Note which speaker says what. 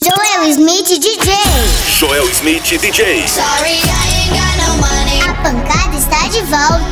Speaker 1: Smith DJ.
Speaker 2: Joel Smith DJ.
Speaker 3: Sorry, I ain't got no money.
Speaker 1: A pancada está de volta. É É